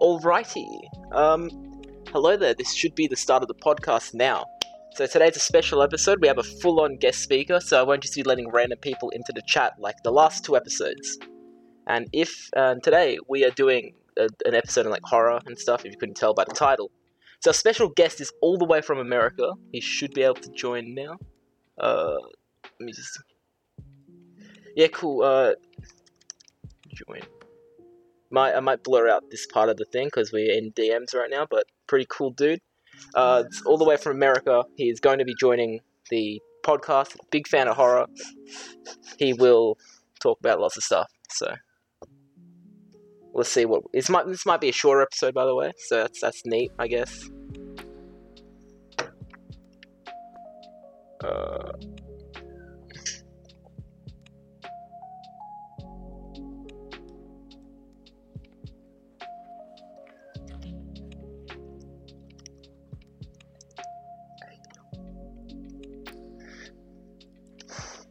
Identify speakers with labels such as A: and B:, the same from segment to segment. A: Alrighty. Um, hello there. This should be the start of the podcast now. So today's a special episode. We have a full-on guest speaker, so I won't just be letting random people into the chat like the last two episodes. And if um, today we are doing a, an episode on like horror and stuff, if you couldn't tell by the title. So our special guest is all the way from America. He should be able to join now. Uh, let me just. Yeah, cool. Uh, join. Might I might blur out this part of the thing because we're in DMs right now, but pretty cool dude. Uh, it's all the way from America. He is going to be joining the podcast. Big fan of horror. He will talk about lots of stuff. So let's see what this might. This might be a shorter episode, by the way. So that's that's neat, I guess. Uh,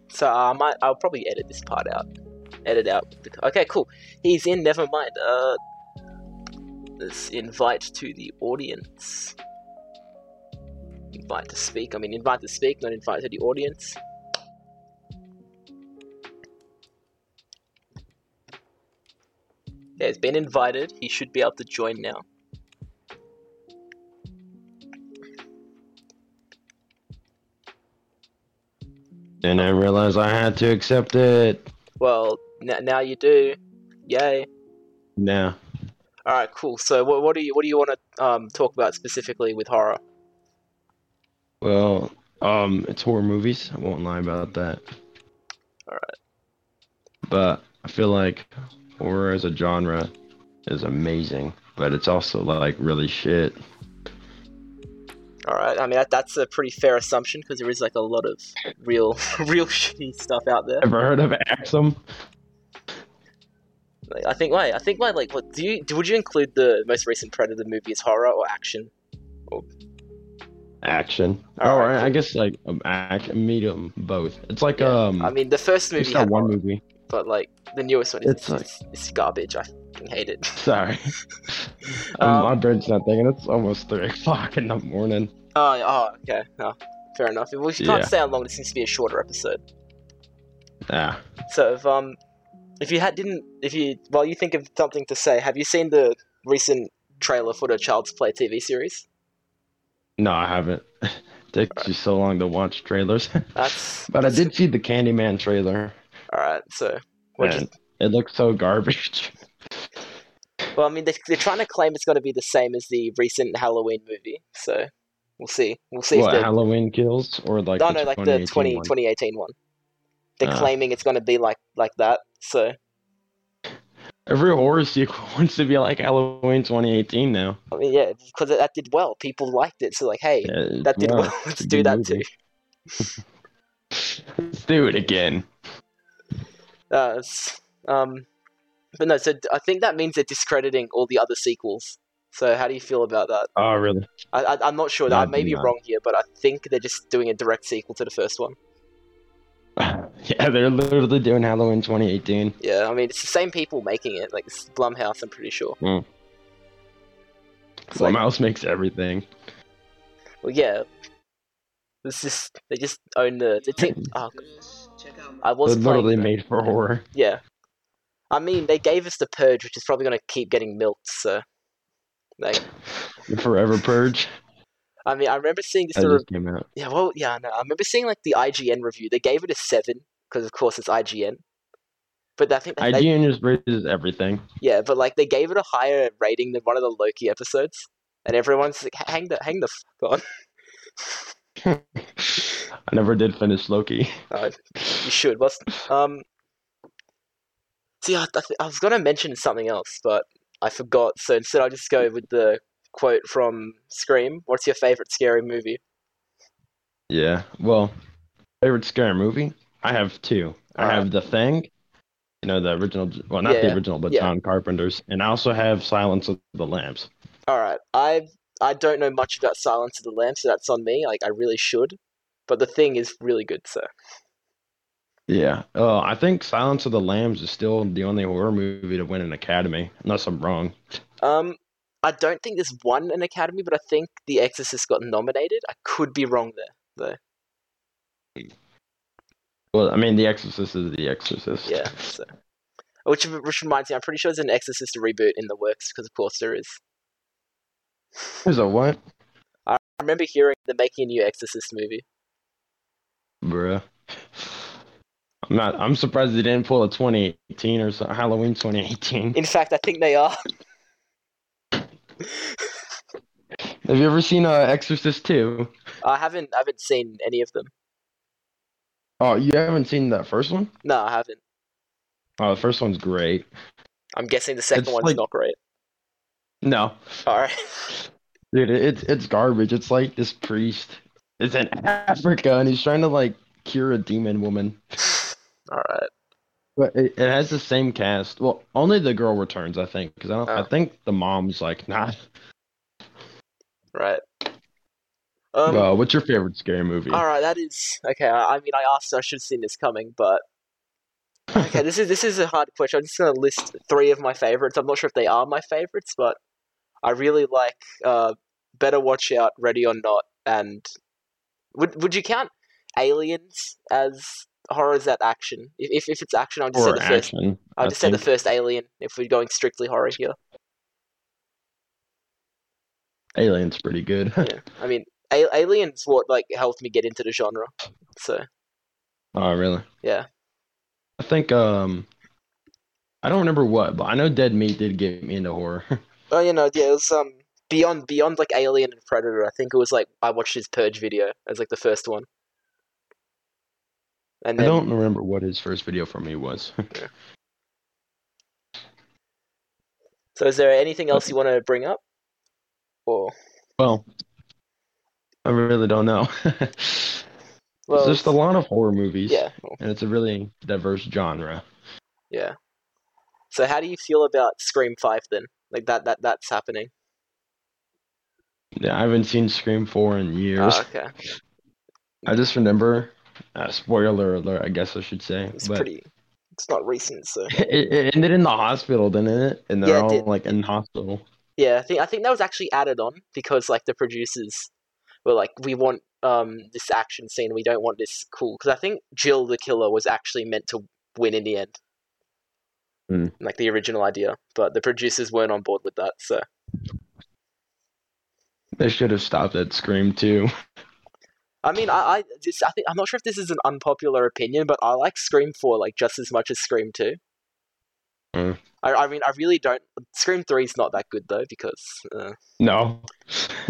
A: so uh, I might. I'll probably edit this part out. Edit out. the- Okay, cool. He's in. Never mind. Uh, let's invite to the audience. Invite to speak. I mean, invite to speak, not invite to the audience. Yeah, he's been invited. He should be able to join now.
B: And I realized I had to accept it.
A: Well, n- now you do. Yay.
B: No.
A: All right, cool. So, what, what do you what do you want to um, talk about specifically with horror?
B: Well, um, it's horror movies. I won't lie about that.
A: Alright.
B: But I feel like horror as a genre is amazing, but it's also like really shit.
A: All right. I mean, that, that's a pretty fair assumption because there is like a lot of real, real shitty stuff out there.
B: Ever heard of Axum?
A: Like, I think why? I think why? Like, what do you? Do, would you include the most recent Predator movie as horror or action?
B: Action.
A: All
B: All
A: right.
B: right. I guess like um, act, medium, both. It's like
A: Yeah,
B: um.
A: I mean, the first movie,
B: it's not
A: had
B: one
A: horror,
B: movie.
A: but like the newest one, is, it's,
B: It's like-
A: it's garbage. I fucking hate it.
B: Sorry.
A: Um,
B: my brain's not thinking. It's almost three o'clock in the morning.
A: Oh, yeah, oh okay. No, fair enough. Well, if you can't
B: Yeah.
A: stay on long, this needs to be a shorter episode.
B: Ah.
A: So, if um, if you had didn't, if you while you think of something to say, have you seen the recent trailer for the Child's Play TV series?
B: No, I haven't. takes you so long to watch trailers.
A: That's
B: but I did see the Candyman trailer.
A: all right. So, what'd you
B: and it looks so garbage.
A: Well, I mean, they, they're trying to claim it's going to be the same as the recent Halloween movie, so we'll see. We'll see
B: what
A: if the
B: Halloween kills or like
A: no,
B: the
A: no, like the
B: 2018
A: 20,
B: one?
A: 2018 one. They're
B: Ah.
A: claiming it's going to be like like that. So,
B: Every horror sequel wants to be like Halloween 2018 now.
A: I mean, yeah, because that did well. People liked it, so like, hey,
B: Yeah, it's
A: that did
B: wild.
A: well. Let's
B: a
A: do
B: good
A: that
B: movie.
A: too.
B: Let's do it again.
A: Uh, it's- um, but no, so d- I think that means they're discrediting all the other sequels. So, how do you feel about that?
B: Oh, really?
A: I, I, I'm not sure.
B: No,
A: I
B: I
A: may
B: do
A: be
B: not.
A: wrong here, but I think they're just doing a direct sequel to the first one.
B: yeah, they're literally doing Halloween 2018.
A: Yeah, I mean, it's the same people making it. Like, it's Blumhouse, I'm pretty sure.
B: Mm.
A: It's like-
B: Mouse makes everything.
A: well, yeah. It's just, they just own the. the team. Oh, God. I
B: They're
A: was playing.
B: literally made for horror.
A: Yeah. I mean, they gave us the Purge, which is probably going to keep getting milked, so. Like,
B: The Forever Purge.
A: I mean, I remember seeing this.
B: That
A: Sort of,
B: just came out.
A: yeah, well, yeah, no, I remember seeing, like, the IGN review. They gave it a 7, because, of course, it's IGN. But I think. that they,
B: IGN just raises everything.
A: Yeah, but like they gave it a higher rating than one of the Loki episodes, and everyone's like, "Hang the, hang the fuck on."
B: I never did finish Loki.
A: No, you should. What's um? See, I, I, th- I was gonna mention something else, but I forgot. So instead, I'll just go with the quote from Scream. What's your favorite scary movie?
B: Yeah. Well, favorite scary movie? I have two. I
A: Alright.
B: have The Thing. You know the original. Well, not
A: Yeah,
B: the original, but
A: yeah.
B: John Carpenter's. And I also have Silence of the Lambs.
A: All right, I I don't know much about Silence of the Lambs, so that's on me. Like I really should, but the thing is really good. So
B: Yeah. Uh, I think Silence of the Lambs is still the only horror movie to win an Academy, unless I'm wrong.
A: um, I don't think this won an Academy, but I think The Exorcist got nominated. I could be wrong there.
B: Well, I mean, The Exorcist is The Exorcist.
A: Yeah. So, which which reminds me, I'm pretty sure there's an Exorcist reboot in the works because of course there is.
B: There's a what,
A: I remember hearing they're making a new Exorcist movie.
B: bruh? I'm not. I'm surprised they didn't pull a 2018 or so, Halloween 2018.
A: In fact, I think they are.
B: Have you ever seen uh, Exorcist 2?
A: I haven't I haven't seen any of them.
B: Oh, you haven't seen that first one?
A: No, I haven't.
B: Oh, the first one's great.
A: I'm guessing the second
B: It's
A: one's
B: like-
A: not great.
B: No,
A: All right.
B: Dude, it- it's it's garbage. It's like this priest is in Africa and he's trying to like cure a demon woman.
A: All right.
B: But it, it has the same cast. Well, only the girl returns, I think, because I don't.
A: Oh.
B: I think the mom's like, nah.
A: Right. Um,
B: uh, what's your favorite scary movie?
A: All right, that is okay. I, I mean, I asked, I should have seen this coming, but okay, this is this is a hard question. I'm just gonna list three of my favorites. I'm not sure if they are my favorites, but I really like uh, Better Watch Out, Ready or Not, and would would you count Aliens as horror? Is that action? If if, if it's action, I'll just
B: Horror
A: say the first.
B: action.
A: I'll
B: I
A: just say the
B: think.
A: first Alien. If we're going strictly horror here,
B: Alien's pretty good.
A: Yeah. I mean, a- Aliens what like helped me get into the genre. So
B: oh, really?
A: Yeah.
B: I think um, I don't remember what, but I know Dead Meat did get me into horror.
A: Oh, you know, yeah, it was um beyond beyond like Alien and Predator. I think it was like I watched his Purge video as like the first one, and
B: I
A: then
B: don't remember what his first video for me was.
A: so is there anything else you want to bring up? Or
B: Well, I really don't know.
A: well,
B: There's just a lot of horror movies,
A: yeah, well,
B: and it's a really diverse genre.
A: yeah. So how do you feel about Scream Five then? Like that that that's happening.
B: Yeah, I haven't seen Scream 4 in
A: Ah,
B: years.
A: okay,
B: I just remember, uh, spoiler alert, I guess I should say,
A: it's
B: but
A: pretty. It's not recent, so
B: it, it ended in the hospital, didn't it? And they're
A: Yeah, it
B: all
A: did.
B: like in hospital.
A: Yeah, I think I think that was actually added on because like the producers were like, we want um this action scene, we don't want this cool because I think Jill the killer was actually meant to win in the end,
B: Hmm.
A: like the original idea, but the producers weren't on board with that. So
B: They should have stopped at Scream 2.
A: I mean, I I this I think I'm not sure if this is an unpopular opinion, but I like Scream Four like just as much as Scream Two.
B: Hmm.
A: I I mean I really don't. Scream Three is not that good though because uh,
B: No,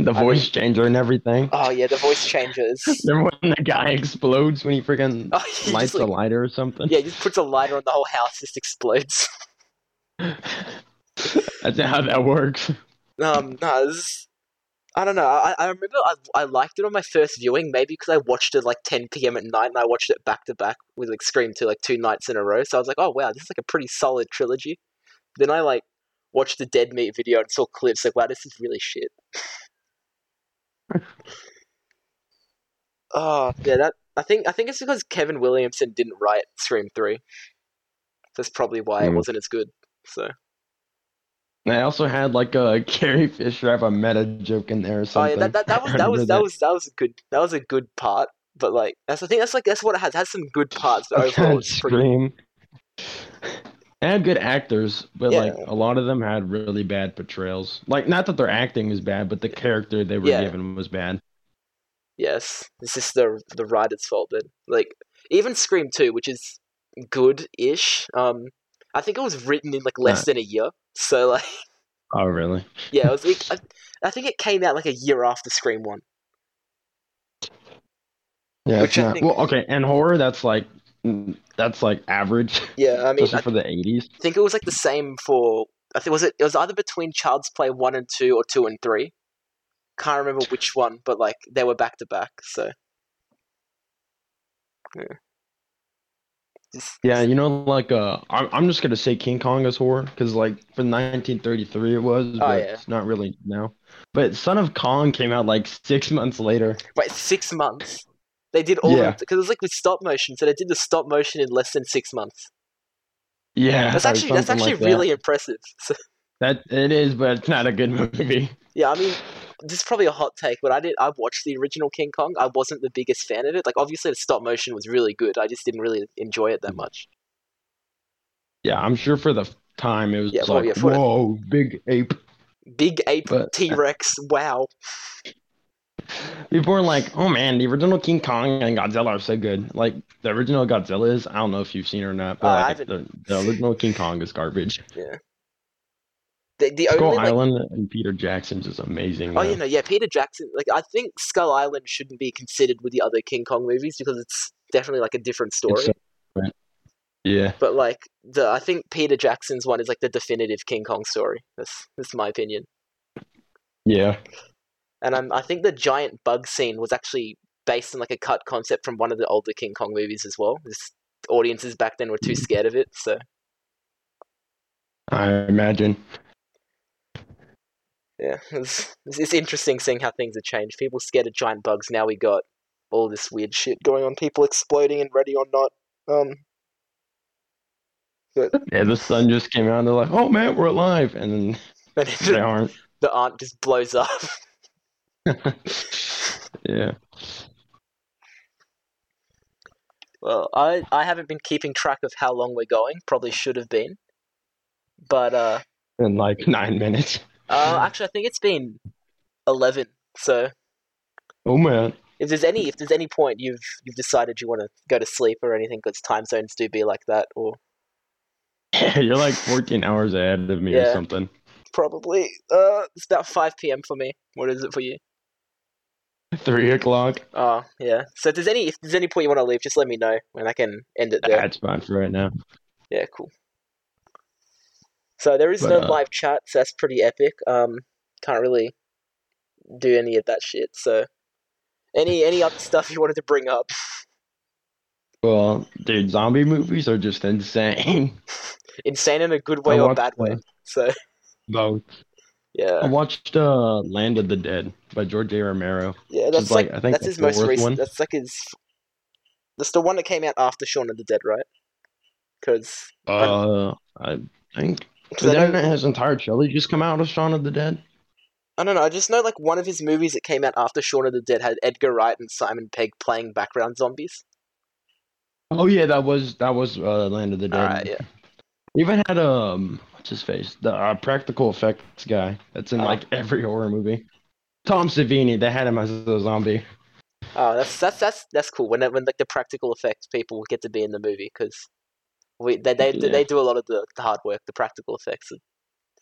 B: the
A: I
B: voice changer and everything.
A: oh yeah the voice changes.
B: Remember when the guy explodes when he freaking
A: Oh, you just,
B: lights a
A: like-
B: lighter or something?
A: Yeah, he just puts a lighter on the whole house, just explodes.
B: That's not how that works.
A: Um, no, this is- I don't know. I, I remember I, I liked it on my first viewing, maybe because I watched it like 10 p.m. at night and I watched it back to back with like Scream 2 like two nights in a row. So I was like, oh wow, this is like a pretty solid trilogy. Then I like watched the Dead Meat video and saw clips like, wow, this is really shit. oh yeah, that I think I think it's because Kevin Williamson didn't write Scream 3. That's probably why it
B: Mm.
A: wasn't as good. So.
B: And I also had like a Carrie Fisher have a meta joke in there or
A: Oh
B: something.
A: yeah, that, that, that was
B: I
A: that was
B: remember
A: that was that was a good that was a good part. But like that's I think that's like that's what it has. It has some good parts, but
B: I
A: overall
B: tried
A: it's pretty
B: Scream. They had good actors, but
A: Yeah.
B: like a lot of them had really bad portrayals. Like not that their acting was bad, but the character they were
A: Yeah.
B: given was bad.
A: yes. It's just the the writer's fault then. Like even Scream Two, which is good ish. Um I think it was written in like less than a year. So like
B: Oh really?
A: yeah, it was like, I, I think it came out like a year after Scream One.
B: Yeah.
A: Which
B: it's
A: I
B: not-
A: think-
B: Well, okay, and horror that's like mm, that's like average,
A: Yeah, I mean
B: especially
A: I
B: for the eighties.
A: think it was like the same for I think was it it was either between Child's Play one and two or two and three. Can't remember which one, but like they were back to back, so yeah. Just-
B: Yeah, you know, like uh, I'm I'm just gonna say King Kong is horror because like for 1933 it was, but
A: Oh, yeah.
B: it's not really now. But Son of Kong came out like six months later.
A: Wait, six months. They did all
B: Yeah.
A: because it was like with stop motion, so they did the stop motion in less than six months.
B: Yeah,
A: That's
B: or
A: actually that's
B: something
A: actually
B: like that.
A: really impressive. So,
B: That it is, but it's not a good movie.
A: Yeah, I mean, this is probably a hot take, but I did. I watched the original King Kong. I wasn't the biggest fan of it. Like, obviously, the stop motion was really good. I just didn't really enjoy it
B: Mm.
A: that much.
B: Yeah, I'm sure for the time it was
A: Yeah, well,
B: like,
A: yeah, for the-
B: whoa, big ape.
A: Big ape
B: But-
A: T Rex. Wow.
B: People are like, oh man, the original King Kong and Godzilla are so good. Like the original Godzilla is, I don't know if you've seen it or not, but
A: Uh, I
B: like, the, the original King Kong is garbage.
A: The, the
B: Skull
A: only Oh, like,
B: Island and Peter Jackson's is amazing.
A: Oh,
B: though.
A: you know, yeah, Peter Jackson. Like, I think Skull Island shouldn't be considered with the other King Kong movies because it's definitely like a different story.
B: It's uh, so- yeah.
A: but like the, I think Peter Jackson's one is like the definitive King Kong story. That's that's my opinion.
B: Yeah.
A: And I'm, I think the giant bug scene was actually based on like a cut concept from one of the older King Kong movies as well. This audiences back then were too
B: Mm-hmm.
A: scared of it, so
B: I imagine.
A: yeah, it's, it's it's interesting seeing how things have changed. People scared of giant bugs. Now we got all this weird shit going on. People exploding and ready or not. Um,
B: Yeah, the sun just came out and they're like, oh man, we're alive. And then
A: and
B: they
A: then
B: aren't.
A: the aunt just blows up.
B: Yeah.
A: Well, I, I haven't been keeping track of how long we're going. Probably should have been. But uh,
B: In like nine minutes.
A: uh actually I think it's been eleven. So
B: Oh man.
A: if there's any if there's any point you've you've decided you want to go to sleep or anything because time zones do be like that or
B: You're like 14 hours ahead of me
A: Yeah.
B: or something.
A: probably uh it's about 5 p.m. for me. What is it for you?
B: Three o'clock.
A: Oh, yeah. So if there's any if there's any point you want to leave, just let me know and I can end it there.
B: That's fine for right now.
A: Yeah, cool. So there is
B: But,
A: no
B: uh,
A: live chat, so that's pretty epic. Um, can't really do any of that shit. So, any any other stuff you wanted to bring up?
B: Well, dude, zombie movies are just insane.
A: Insane in a good way or
B: watched,
A: bad way.
B: uh,
A: So
B: Both. I
A: yeah,
B: watched uh, Land of the Dead by George A. Romero.
A: yeah.
B: Which
A: That's
B: is like,
A: like,
B: I think
A: that's
B: the
A: his most
B: fourth
A: recent.
B: one.
A: That's like his. That's the one that came out after Shaun of the Dead, right? Because
B: Uh, I think.
A: I,
B: Did
A: don't-
B: that his entire trilogy just come out of Shaun of the Dead?
A: I don't know. I just know like one of his movies that came out after Shaun of the Dead had Edgar Wright and Simon Pegg playing background zombies.
B: Oh yeah, that was that was uh, Land of the Dead.
A: Alright, yeah.
B: Even had um, what's his face, the uh, practical effects guy that's in
A: Uh-huh.
B: like every horror movie. Tom Savini, they had him as a zombie.
A: Oh, that's that's that's that's cool. When when like the practical effects people get to be in the movie because we they they,
B: Yeah.
A: they do a lot of the, the hard work. The practical effects are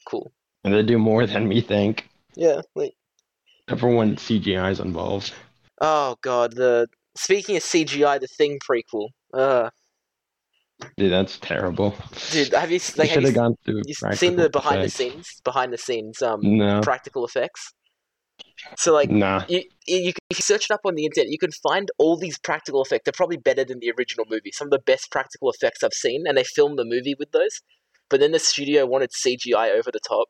A: cool.
B: And they do more than we think.
A: Yeah. Like
B: Except for when CGI is involved.
A: oh god. The speaking of CGI, the Thing prequel. Uh,
B: Dude, that's terrible.
A: dude, have you s- like
B: you
A: have
B: should
A: you,
B: have
A: s-
B: gone through.
A: you s- seen
B: practical
A: the behind the
B: effects.
A: scenes behind the scenes um
B: No,
A: practical effects? So like.
B: nah.
A: You, you, you, can- if you search it up on the internet, you can find all these practical effects. They're probably better than the original movie. Some of the best practical effects I've seen, and they filmed the movie with those. But then the studio wanted CGI over the top.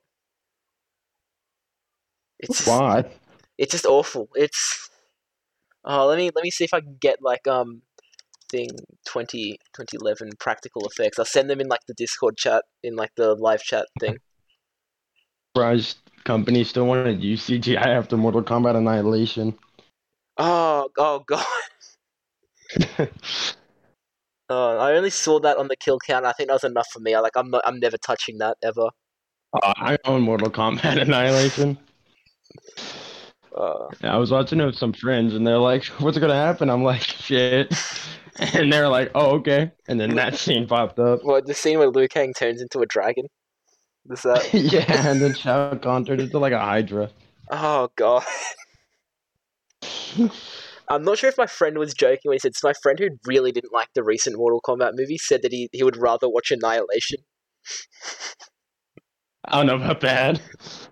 A: It's just,
B: Why?
A: it's just awful. It's oh, let me let me see if I can get like um thing 20, 2011 practical effects. I'll send them in like the Discord chat in like the live chat thing.
B: Surprised companies still want to use CGI after Mortal Kombat Annihilation.
A: Oh, oh god.
B: Uh,
A: Oh, I only saw that on the kill count. I think that was enough for me. I like I'm not, I'm never touching that ever.
B: Uh, I own Mortal Kombat Annihilation.
A: Uh,
B: And I was watching it with some friends, and they're like, "What's gonna happen?" I'm like, "Shit," and they're like, "Oh, okay." And then that scene popped up.
A: well, the scene where Liu Kang turns into a dragon. Is that?
B: yeah, and then Shao Kahn turned into like a Hydra.
A: Oh god. I'm not sure if my friend was joking when he said it's my friend who really didn't like the recent Mortal Kombat movie said that he, he would rather watch Annihilation.
B: I don't know about that.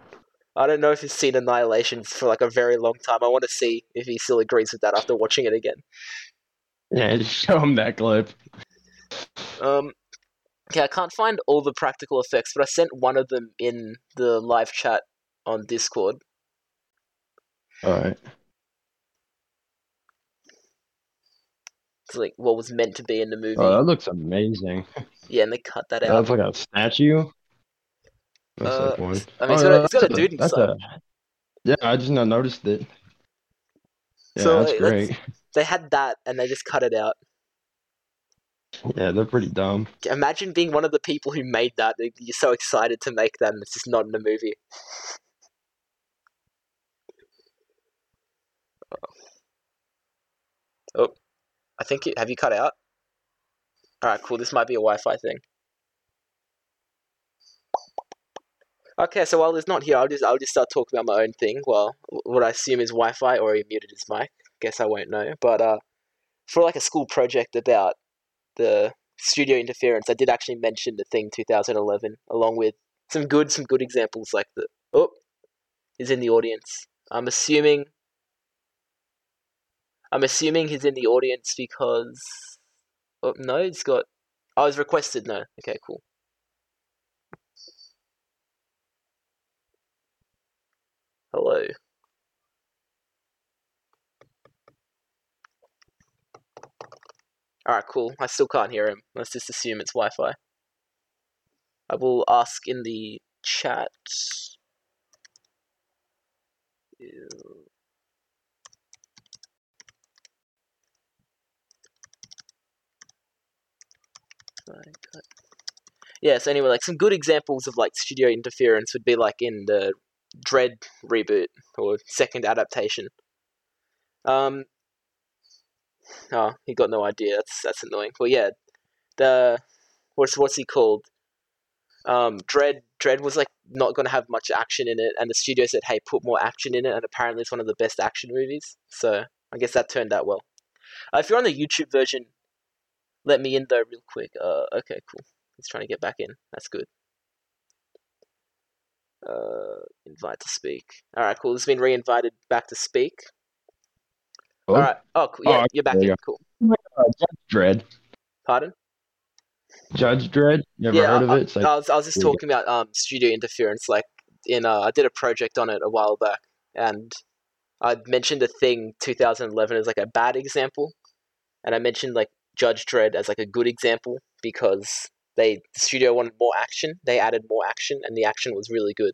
A: I don't know if he's seen Annihilation for like a very long time. I want to see if he still agrees with that after watching it again.
B: Yeah, just show him that clip.
A: Um, okay, I can't find all the practical effects, but I sent one of them in the live chat on Discord.
B: All right.
A: It's like what was meant to be in the movie.
B: Oh, that looks amazing.
A: yeah, and they cut that out.
B: That's like a statue. That's
A: Uh,
B: like one.
A: I mean, it's got,
B: Oh,
A: a,
B: yeah,
A: it's got a
B: that's
A: dude
B: that's
A: inside.
B: a- yeah, I just not noticed it. Yeah,
A: So,
B: that's
A: like, that's-
B: great.
A: They had that and they just cut it out.
B: Yeah, they're pretty dumb.
A: Imagine being one of the people who made that. like, You're so excited to make that, and it's just not in the movie. Oh, I think it, have you cut out? All right, cool. This might be a Wi-Fi thing. Okay, so while he's not here, I'll just I'll just start talking about my own thing. Well, what I assume is Wi-Fi, or he muted his mic. Guess I won't know. But uh, for like a school project about the studio interference, I did actually mention the thing 2011, along with some good some good examples like the oh, is in the audience. I'm assuming. I'm assuming he's in the audience because. Oh no, it's got. I was requested. No, okay, cool. Hello. All right, cool. I still can't hear him. Let's just assume it's Wi-Fi. I will ask in the chat. Ew. Right, cut. Yeah, so anyway, like some good examples of like studio interference would be like in the Dread reboot or second adaptation. Um, Oh, he got no idea. That's that's annoying. Well, yeah, the what's what's he called? Um, Dread. Dread was like not gonna have much action in it, and the studio said, "Hey, put more action in it." And apparently, it's one of the best action movies. So I guess that turned out well. Uh, if you're on the YouTube version, let me in though, real quick. Uh, okay, cool. He's trying to get back in. That's good. Uh, invite to speak. All right, cool. He's been re-invited back to speak.
B: Hello?
A: All right. Oh, cool. Yeah,
B: Oh,
A: you're back
B: there you
A: in. Cool.
B: Oh, uh, Dread.
A: Pardon?
B: Judge Dread. You ever
A: Yeah, uh, um,
B: heard of it? It's like
A: I was, I was just
B: Here we go.
A: talking about um, studio interference. Like in, uh, I did a project on it a while back, and I mentioned the thing 2011 as like a bad example, and I mentioned like Judge Dredd as like a good example because they the studio wanted more action. They added more action, and the action was really good.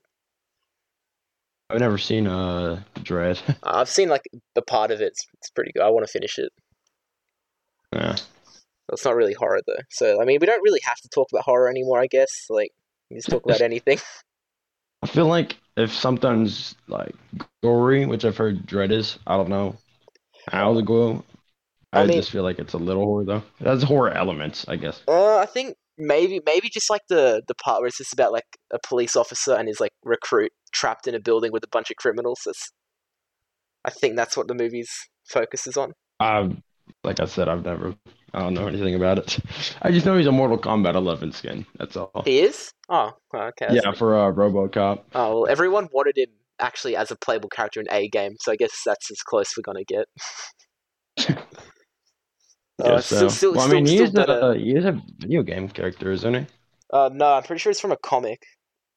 B: I've never seen uh Dread.
A: Uh, I've seen like a part of it. It's, it's pretty good. I want to finish it.
B: yeah.
A: It's not really horror though. So I mean, we don't really have to talk about horror anymore. I guess like we can just talk about anything.
B: I feel like if something's like gory, which I've heard Dread is, I don't know how to go.
A: I
B: I,
A: mean-
B: just feel like it's a little horror though. It has horror elements, I guess.
A: Uh, I think maybe maybe just like the the part where it's just about like a police officer and his like recruit trapped in a building with a bunch of criminals. That's, I think that's what the movie's focuses on.
B: I've like I said, I've never I don't know anything about it. I just know he's a Mortal Kombat 11 skin. That's all.
A: He is. Oh, okay. that's-
B: Yeah, for uh, RoboCop.
A: Oh well, everyone wanted him actually as a playable character in a game, so I guess that's as close we're gonna get.
B: Yeah,
A: Uh, still,
B: so-
A: still,
B: well, I
A: still,
B: mean, he
A: still
B: is
A: better.
B: a he is a video game character, isn't he?
A: Uh, no, I'm pretty sure it's from a comic,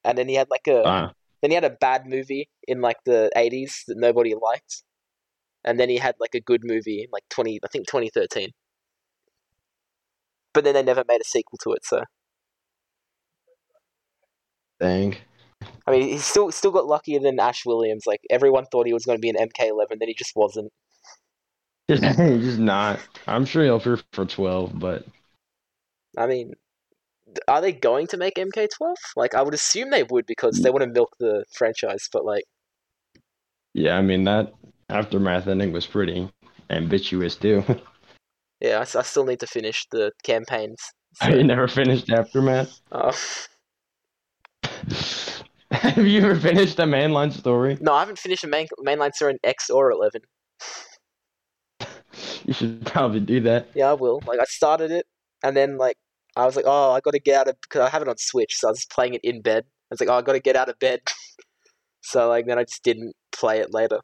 A: and then he had like a
B: Ah,
A: Then he had a bad movie in like the eighties that nobody liked, and then he had like a good movie in like twenty, I think twenty thirteen. But then they never made a sequel to it. So
B: dang.
A: I mean, he still still got luckier than Ash Williams. Like everyone thought he was going to be an MK11, then he just wasn't.
B: Just, he's just not. I'm sure he'll fear for 12, but
A: I mean, d- are they going to make MK12? Like I would assume they would because they want to milk the franchise. But like,
B: yeah, I mean, that aftermath ending was pretty ambitious, too.
A: yeah, I, s- I still need to finish the campaigns.
B: I never finished Aftermath.
A: Uh,
B: Have you ever finished the mainline story?
A: no, I haven't finished the main mainline story in X or eleven.
B: You should probably do that.
A: Yeah, I will. Like I started it, and then like I was like, oh, I got to get out of because I have it on Switch, so I was playing it in bed. I was like, oh, I got to get out of bed. so like then I just didn't play it later.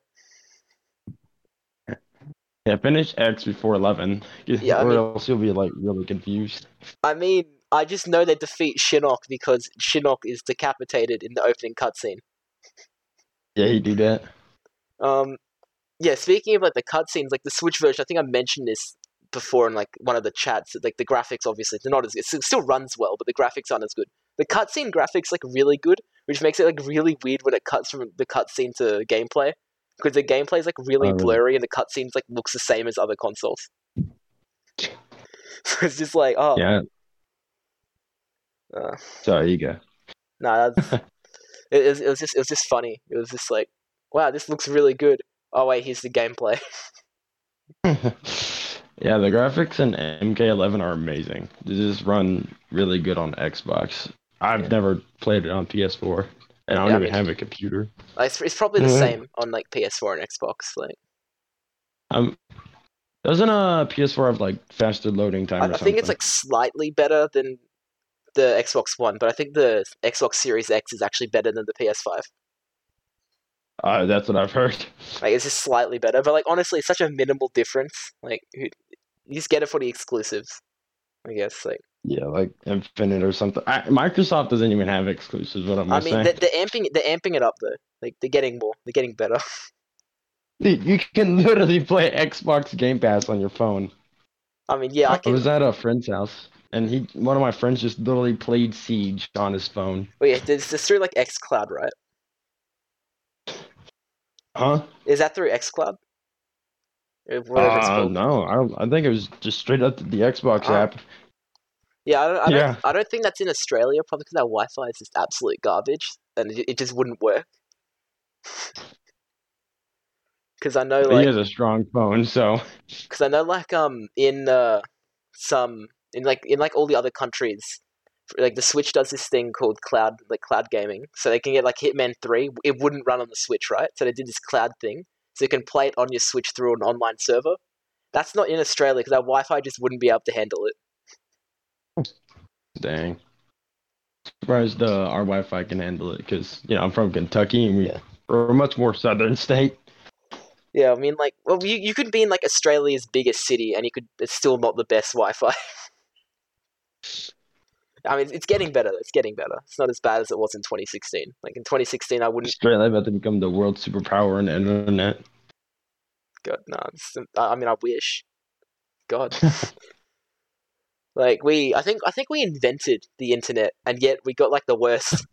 B: Yeah, finish X before 11,
A: Yeah, I
B: or
A: mean-
B: else you'll be like really confused.
A: I mean, I just know they defeat Shinnok because Shinnok is decapitated in the opening cutscene.
B: Yeah, you do that.
A: Um, yeah. Speaking of like the cutscenes, like the Switch version, I think I mentioned this before in like one of the chats. that, Like the graphics, obviously, they're not as it still runs well, but the graphics aren't as good. The cutscene graphics like really good, which makes it like really weird when it cuts from the cutscene to gameplay because the gameplay is like really
B: Oh, really?
A: blurry and the cutscenes like looks the same as other consoles. so it's just like oh
B: Yeah.
A: Uh.
B: Sorry, you go.
A: no, that's, it, it, was, it was just it was just funny. It was just like wow, this looks really good. Oh wait, here's the gameplay.
B: yeah, the graphics in MK11 are amazing. They just run really good on Xbox. I've
A: Yeah.
B: never played it on PS4, and I don't
A: Yeah, I
B: even
A: mean-
B: have a computer.
A: Like, it's, it's probably the
B: Mhm.
A: same on like PS4 and Xbox. Like
B: Um, doesn't uh, a PS4 have like faster loading time?
A: I,
B: or
A: I think it's
B: something?
A: like slightly better than the Xbox One, but I think the Xbox Series X is actually better than the PS5.
B: Uh, that's what I've heard.
A: Like it's just slightly better, but like honestly, it's such a minimal difference. Like who- you just get it for the exclusives, I guess. Like
B: Yeah, like Infinite or something. I, Microsoft doesn't even have exclusives. What am I,
A: I mean,
B: saying?
A: they're, they're amping they're amping it up though. Like they're getting more, they're getting better.
B: Dude, you can literally play Xbox Game Pass on your phone.
A: I mean, yeah, I
B: I
A: can.
B: was at a friend's house, and he, one of my friends, just literally played Siege on his phone.
A: Wait, oh, yeah, it's it's through like XCloud, right?
B: Huh?
A: Is that through XCloud? Or Whatever it's
B: Uh,
A: called.
B: no, I don't. I think it was just straight up to the Xbox
A: Ah.
B: app.
A: Yeah, I don't, I, don't,
B: yeah.
A: I don't think that's in Australia, probably because our Wi-Fi is just absolute garbage, and it, it just wouldn't work. Because I know,
B: But
A: like,
B: he has a strong phone, so
A: because I know like um in uh some in like in like all the other countries like the Switch does this thing called cloud like cloud gaming so they can get like Hitman 3 it wouldn't run on the Switch right so they did this cloud thing so you can play it on your Switch through an online server that's not in Australia because our Wi-Fi just wouldn't be able to handle it
B: dang. Surprised uh, our Wi-Fi can handle it, because you know I'm from Kentucky, and we,
A: Yeah.
B: we're a much more southern state.
A: yeah I mean like well you, you could be in like Australia's biggest city and you could it's still not the best Wi-Fi I mean it's getting better it's getting better it's not as bad as it was in 2016 like in 2016 I wouldn't
B: Straight up about to become the world superpower in the internet.
A: God, no. it's- I I mean, I wish. God. like we, I think, I think we invented the internet, and yet we got like the worst.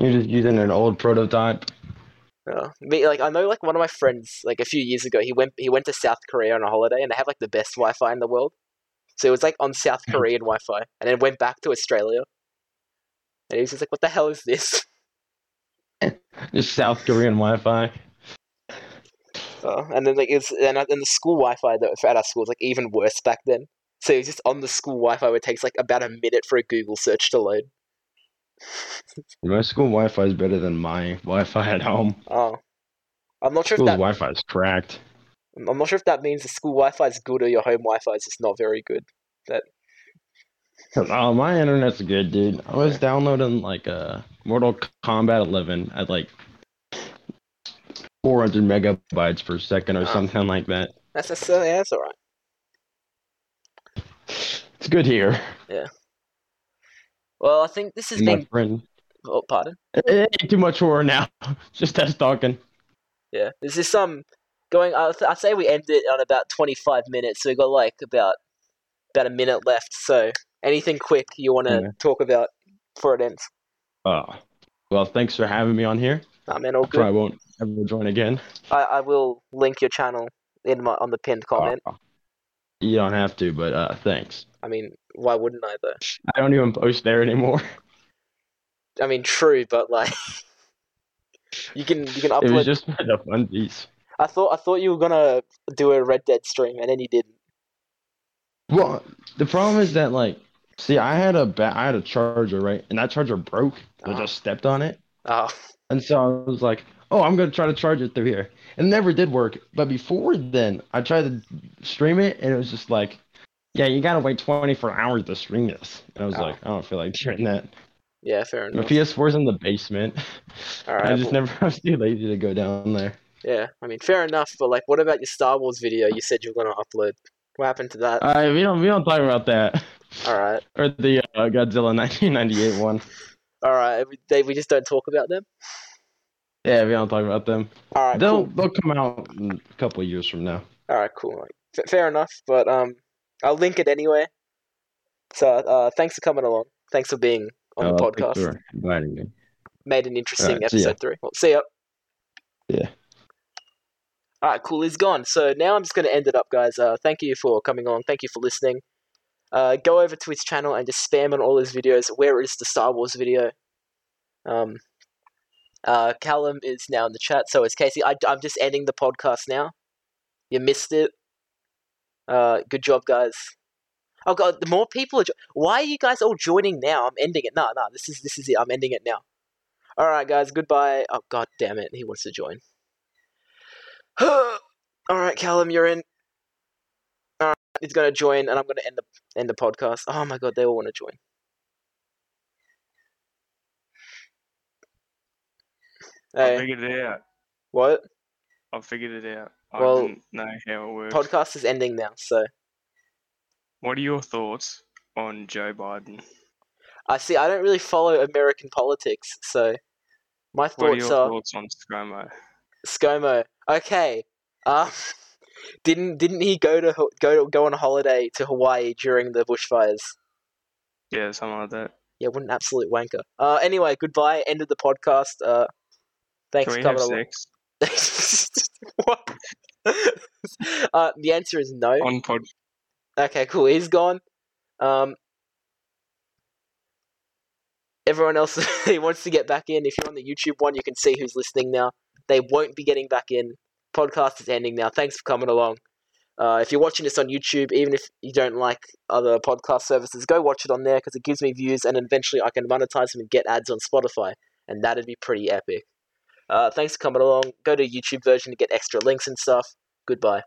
B: You're just using an old prototype.
A: Uh, me, like I know, like one of my friends, like a few years ago, he went, he went to South Korea on a holiday, and they have like the best Wi-Fi in the world. So it was like on South Korean Wi-Fi, and then went back to Australia, and he was just like, "What the hell is this?"
B: Just South Korean Wi-Fi.
A: Uh, and then like it's and, and the school Wi-Fi that at our school was like even worse back then. So it was just on the school Wi-Fi, where it takes like about a minute for a Google search to load.
B: My school Wi-Fi is better than my Wi-Fi at home.
A: Oh, I'm not sure if
B: School's
A: that
B: Wi-Fi is cracked.
A: I'm not sure if that means the school Wi-Fi is good or your home Wi-Fi is just not very good.
B: Oh, my internet's good, dude. I was downloading like uh, Mortal Kombat 11 at like 400 megabytes per second or
A: Ah.
B: something like that.
A: That's that's, uh, yeah, that's all right.
B: It's good here.
A: Well, I think this has
B: My
A: been.
B: friend,
A: Oh, pardon.
B: it ain't Eh, too much horror now. Just us talking.
A: Yeah, this is some going. I th- I'd say we end it on about 25 minutes. So we got like about about a minute left. So anything quick you want to
B: Yeah.
A: talk about before it ends?
B: Oh, well, thanks for having me on here.
A: Nah, man, all
B: I probably
A: good.
B: won't ever join again.
A: I, I will link your channel in my on the pinned comment.
B: Uh, you don't have to, but uh, thanks.
A: I mean, why wouldn't I though?
B: I don't even post there anymore.
A: I mean, true, but like. You can you can
B: It
A: upload
B: was just for the fun piece.
A: I thought I thought you were gonna do a Red Dead stream, and then you didn't.
B: Well, the problem is that like, see, I had a ba- I had a charger right, and that charger broke. I
A: Ah.
B: just stepped on it,
A: Oh,
B: and so I was like, "Oh, I'm gonna try to charge it through here." And it never did work. But before then, I tried to stream it, and it was just like, "Yeah, you gotta wait 24 hours to stream this." And I was
A: Ah.
B: like, "I don't feel like doing that."
A: yeah, fair
B: My
A: enough.
B: PS4's in the basement.
A: All
B: I
A: right,
B: just
A: well,
B: never I was too lazy to go down there.
A: yeah. I mean, fair enough. But like, what about your Star Wars video? You said you were gonna upload. What happened to that?
B: All right, we don't we don't talk about that
A: all right,
B: or the uh, Godzilla 1998 one.
A: all right. We, they, we just don't talk about them.
B: Yeah, we don't talk about them.
A: All right,
B: they'll
A: cool.
B: they'll come out in a couple of years from now.
A: All right, cool. Like, f- fair enough. But um, I'll link it anyway. So uh, thanks for coming along. Thanks for being on the
B: Uh,
A: podcast.
B: thanks for inviting me.
A: Made an interesting
B: Alright, see ya.
A: episode three. Well, see ya.
B: Yeah.
A: All right, cool. He's gone. So now I'm just going to end it up, guys. Uh, thank you for coming on. Thank you for listening. Uh, go over to his channel and just spam on all his videos. Where is the Star Wars video? Um, uh, Callum is now in the chat. So is Casey. I, I'm just ending the podcast now. You missed it. Uh, good job, guys. Oh god, the more people are. Jo- Why are you guys all joining now? I'm ending it. No, no, this is this is it. I'm ending it now. All right, guys. Goodbye. Oh god, damn it. He wants to join. All right, Callum, you're in. All right, he's gonna join, and I'm gonna end the end the podcast. Oh my god, they all want to join.
C: I
A: Hey,
C: figured it out.
A: what?
C: I figured it out.
A: Well,
C: I didn't know how it works.
A: Podcast is ending now, so
C: What are your thoughts on Joe Biden?
A: I see. I don't really follow American politics, so my
C: What are your
A: thoughts are.
C: thoughts on ScoMo?
A: ScoMo. Okay. Um, didn't didn't he go to Ho- go go on a holiday to Hawaii during the bushfires?
C: Yeah, something like that.
A: Yeah, what an absolute wanker. Uh, anyway, goodbye. End of the podcast. Uh, thanks
C: Can we
A: for
C: have
A: coming along.
C: sex
A: what? uh, the answer is no.
C: on pod?
A: Okay, cool. He's gone. Um, everyone else who wants to get back in, if you're on the YouTube one, you can see who's listening now. They won't be getting back in. Podcast is ending now. Thanks for coming along. Uh, if you're watching this on YouTube, even if you don't like other podcast services, go watch it on there because it gives me views and eventually I can monetize them and get ads on Spotify, and that'd be pretty epic. Uh, thanks for coming along. Go to YouTube version to get extra links and stuff. Goodbye.